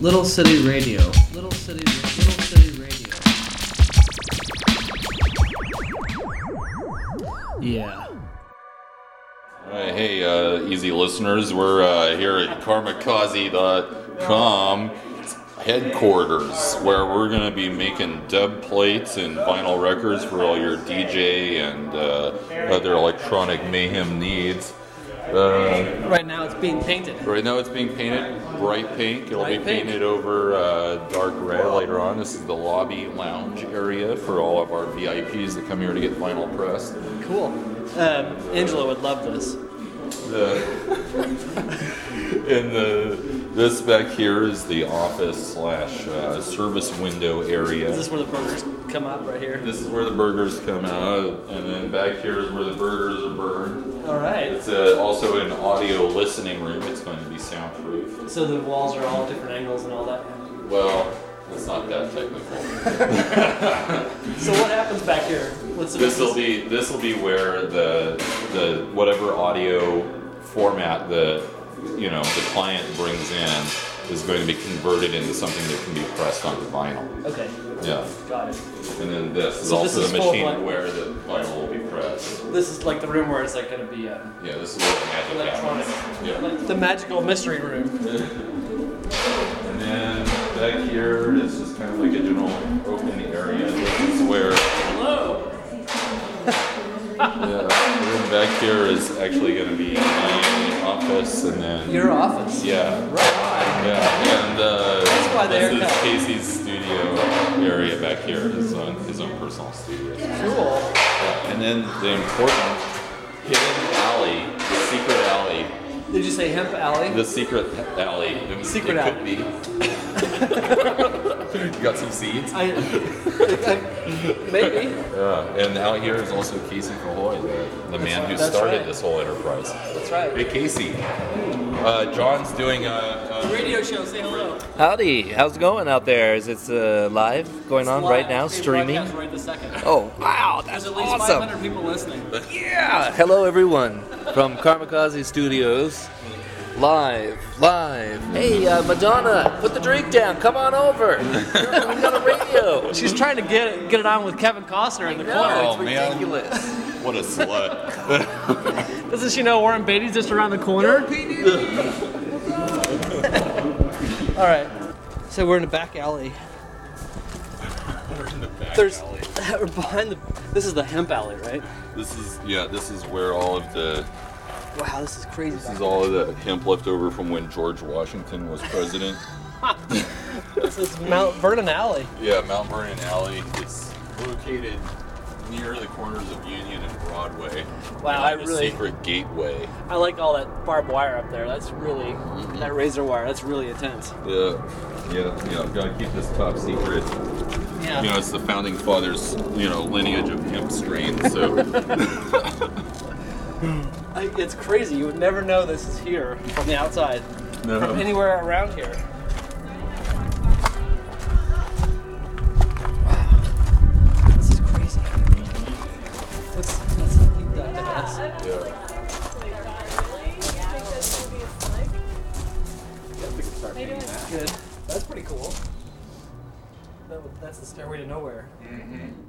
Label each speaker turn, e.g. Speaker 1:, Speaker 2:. Speaker 1: Little City Radio. Little City. Little City Radio. Yeah.
Speaker 2: Alright, hey, uh, easy listeners, we're uh, here at karmakazi.com headquarters where we're going to be making dub plates and vinyl records for all your DJ and uh, other electronic mayhem needs. Uh,
Speaker 1: Right now it's being painted.
Speaker 2: right now it's being painted bright pink. It'll
Speaker 1: Bright
Speaker 2: be
Speaker 1: pink.
Speaker 2: painted over uh, dark red later on. This is the lobby lounge area for all of our VIPs that come here to get vinyl pressed.
Speaker 1: Cool. Um, Angela would love this.
Speaker 2: The Uh, and the this back here is the office slash uh, service window
Speaker 1: Is
Speaker 2: area.
Speaker 1: this where the burgers come up right here?
Speaker 2: This is where the burgers come out, and then back here is where the burgers are burned.
Speaker 1: All right.
Speaker 2: It's uh, also an audio listening room. It's going to be soundproof.
Speaker 1: So the walls are all different angles and all that.
Speaker 2: Well, it's not that technical.
Speaker 1: So what happens back here? What's
Speaker 2: This will be this will be where the the whatever audio format the you know the client brings in is going to be converted into something that can be pressed onto vinyl.
Speaker 1: Okay.
Speaker 2: Yeah,
Speaker 1: Got it.
Speaker 2: and then this is
Speaker 1: So this
Speaker 2: also
Speaker 1: is
Speaker 2: the
Speaker 1: full of
Speaker 2: machine
Speaker 1: like-
Speaker 2: where the vinyl will be pressed.
Speaker 1: This is like the room where it's like going to be um,
Speaker 2: Yeah, this is where the magic
Speaker 1: electronic,
Speaker 2: happens. Yeah.
Speaker 1: like the magical mystery room.
Speaker 2: And then back here is just kind of like a general open area. This is where
Speaker 1: Hello.
Speaker 2: yeah, the room back here is actually going to be my office, and then
Speaker 1: Your office.
Speaker 2: yeah.
Speaker 1: Right.
Speaker 2: Yeah, and uh,
Speaker 1: That's why they're
Speaker 2: this is
Speaker 1: cut.
Speaker 2: Casey's studio area back here, his own, his own personal studio.
Speaker 1: Cool.
Speaker 2: And then the important hidden alley, the secret alley,
Speaker 1: Did you say hemp alley?
Speaker 2: the secret alley. It was-
Speaker 1: Secret
Speaker 2: it
Speaker 1: alley.
Speaker 2: Could be. you got some seeds.
Speaker 1: I, I- maybe.
Speaker 2: Yeah, and out here is also Casey Cahoy, the, the man who
Speaker 1: that's
Speaker 2: started
Speaker 1: right.
Speaker 2: this whole enterprise.
Speaker 1: That's
Speaker 2: Hey
Speaker 1: right.
Speaker 2: Casey, uh, John's doing a, a
Speaker 1: Radio show. Say hello.
Speaker 3: Howdy, how's it going out there? Is it uh, live going on right now,
Speaker 1: It's being
Speaker 3: streaming?
Speaker 1: broadcast Right this second.
Speaker 3: Oh, wow,
Speaker 1: There's
Speaker 3: that's
Speaker 1: at least
Speaker 3: awesome!
Speaker 1: 500 people listening.
Speaker 3: Yeah! Hello, everyone from Karmakazi Studios. Live, live. Hey, uh, Madonna, put the drink down, come on over. I'm on the radio.
Speaker 1: She's trying to get get it on with Kevin Costner in the corner.
Speaker 3: No,
Speaker 2: Oh,
Speaker 3: it's
Speaker 2: man.
Speaker 3: ridiculous.
Speaker 2: what a slut.
Speaker 1: Doesn't she know Warren Beatty's just around the corner? All right. So we're in the back alley. There's we're behind the. This is the hemp alley, right?
Speaker 2: This is yeah. This is where all of the
Speaker 1: Wow, this is crazy.
Speaker 2: This is all of the hemp left over from when George Washington was president.
Speaker 1: This is Mount Vernon Alley.
Speaker 2: yeah, Mount Vernon Alley. It's located near the corners of Union and Broadway.
Speaker 1: Wow, I
Speaker 2: The
Speaker 1: really
Speaker 2: secret gateway.
Speaker 1: I like all that barbed wire up there. That's really that razor wire. That's really intense.
Speaker 2: Yeah, yeah, yeah. Gotta keep this top secret.
Speaker 1: Yeah.
Speaker 2: You know, it's the founding fathers, you know, lineage of hemp strains. So
Speaker 1: I, it's crazy. You would never know this is here from the outside,
Speaker 2: No.
Speaker 1: from anywhere around here. Wow, this is crazy. What's that's something that that is. Good. That's pretty cool. That, would- that's the stairway to nowhere.
Speaker 2: Mhm.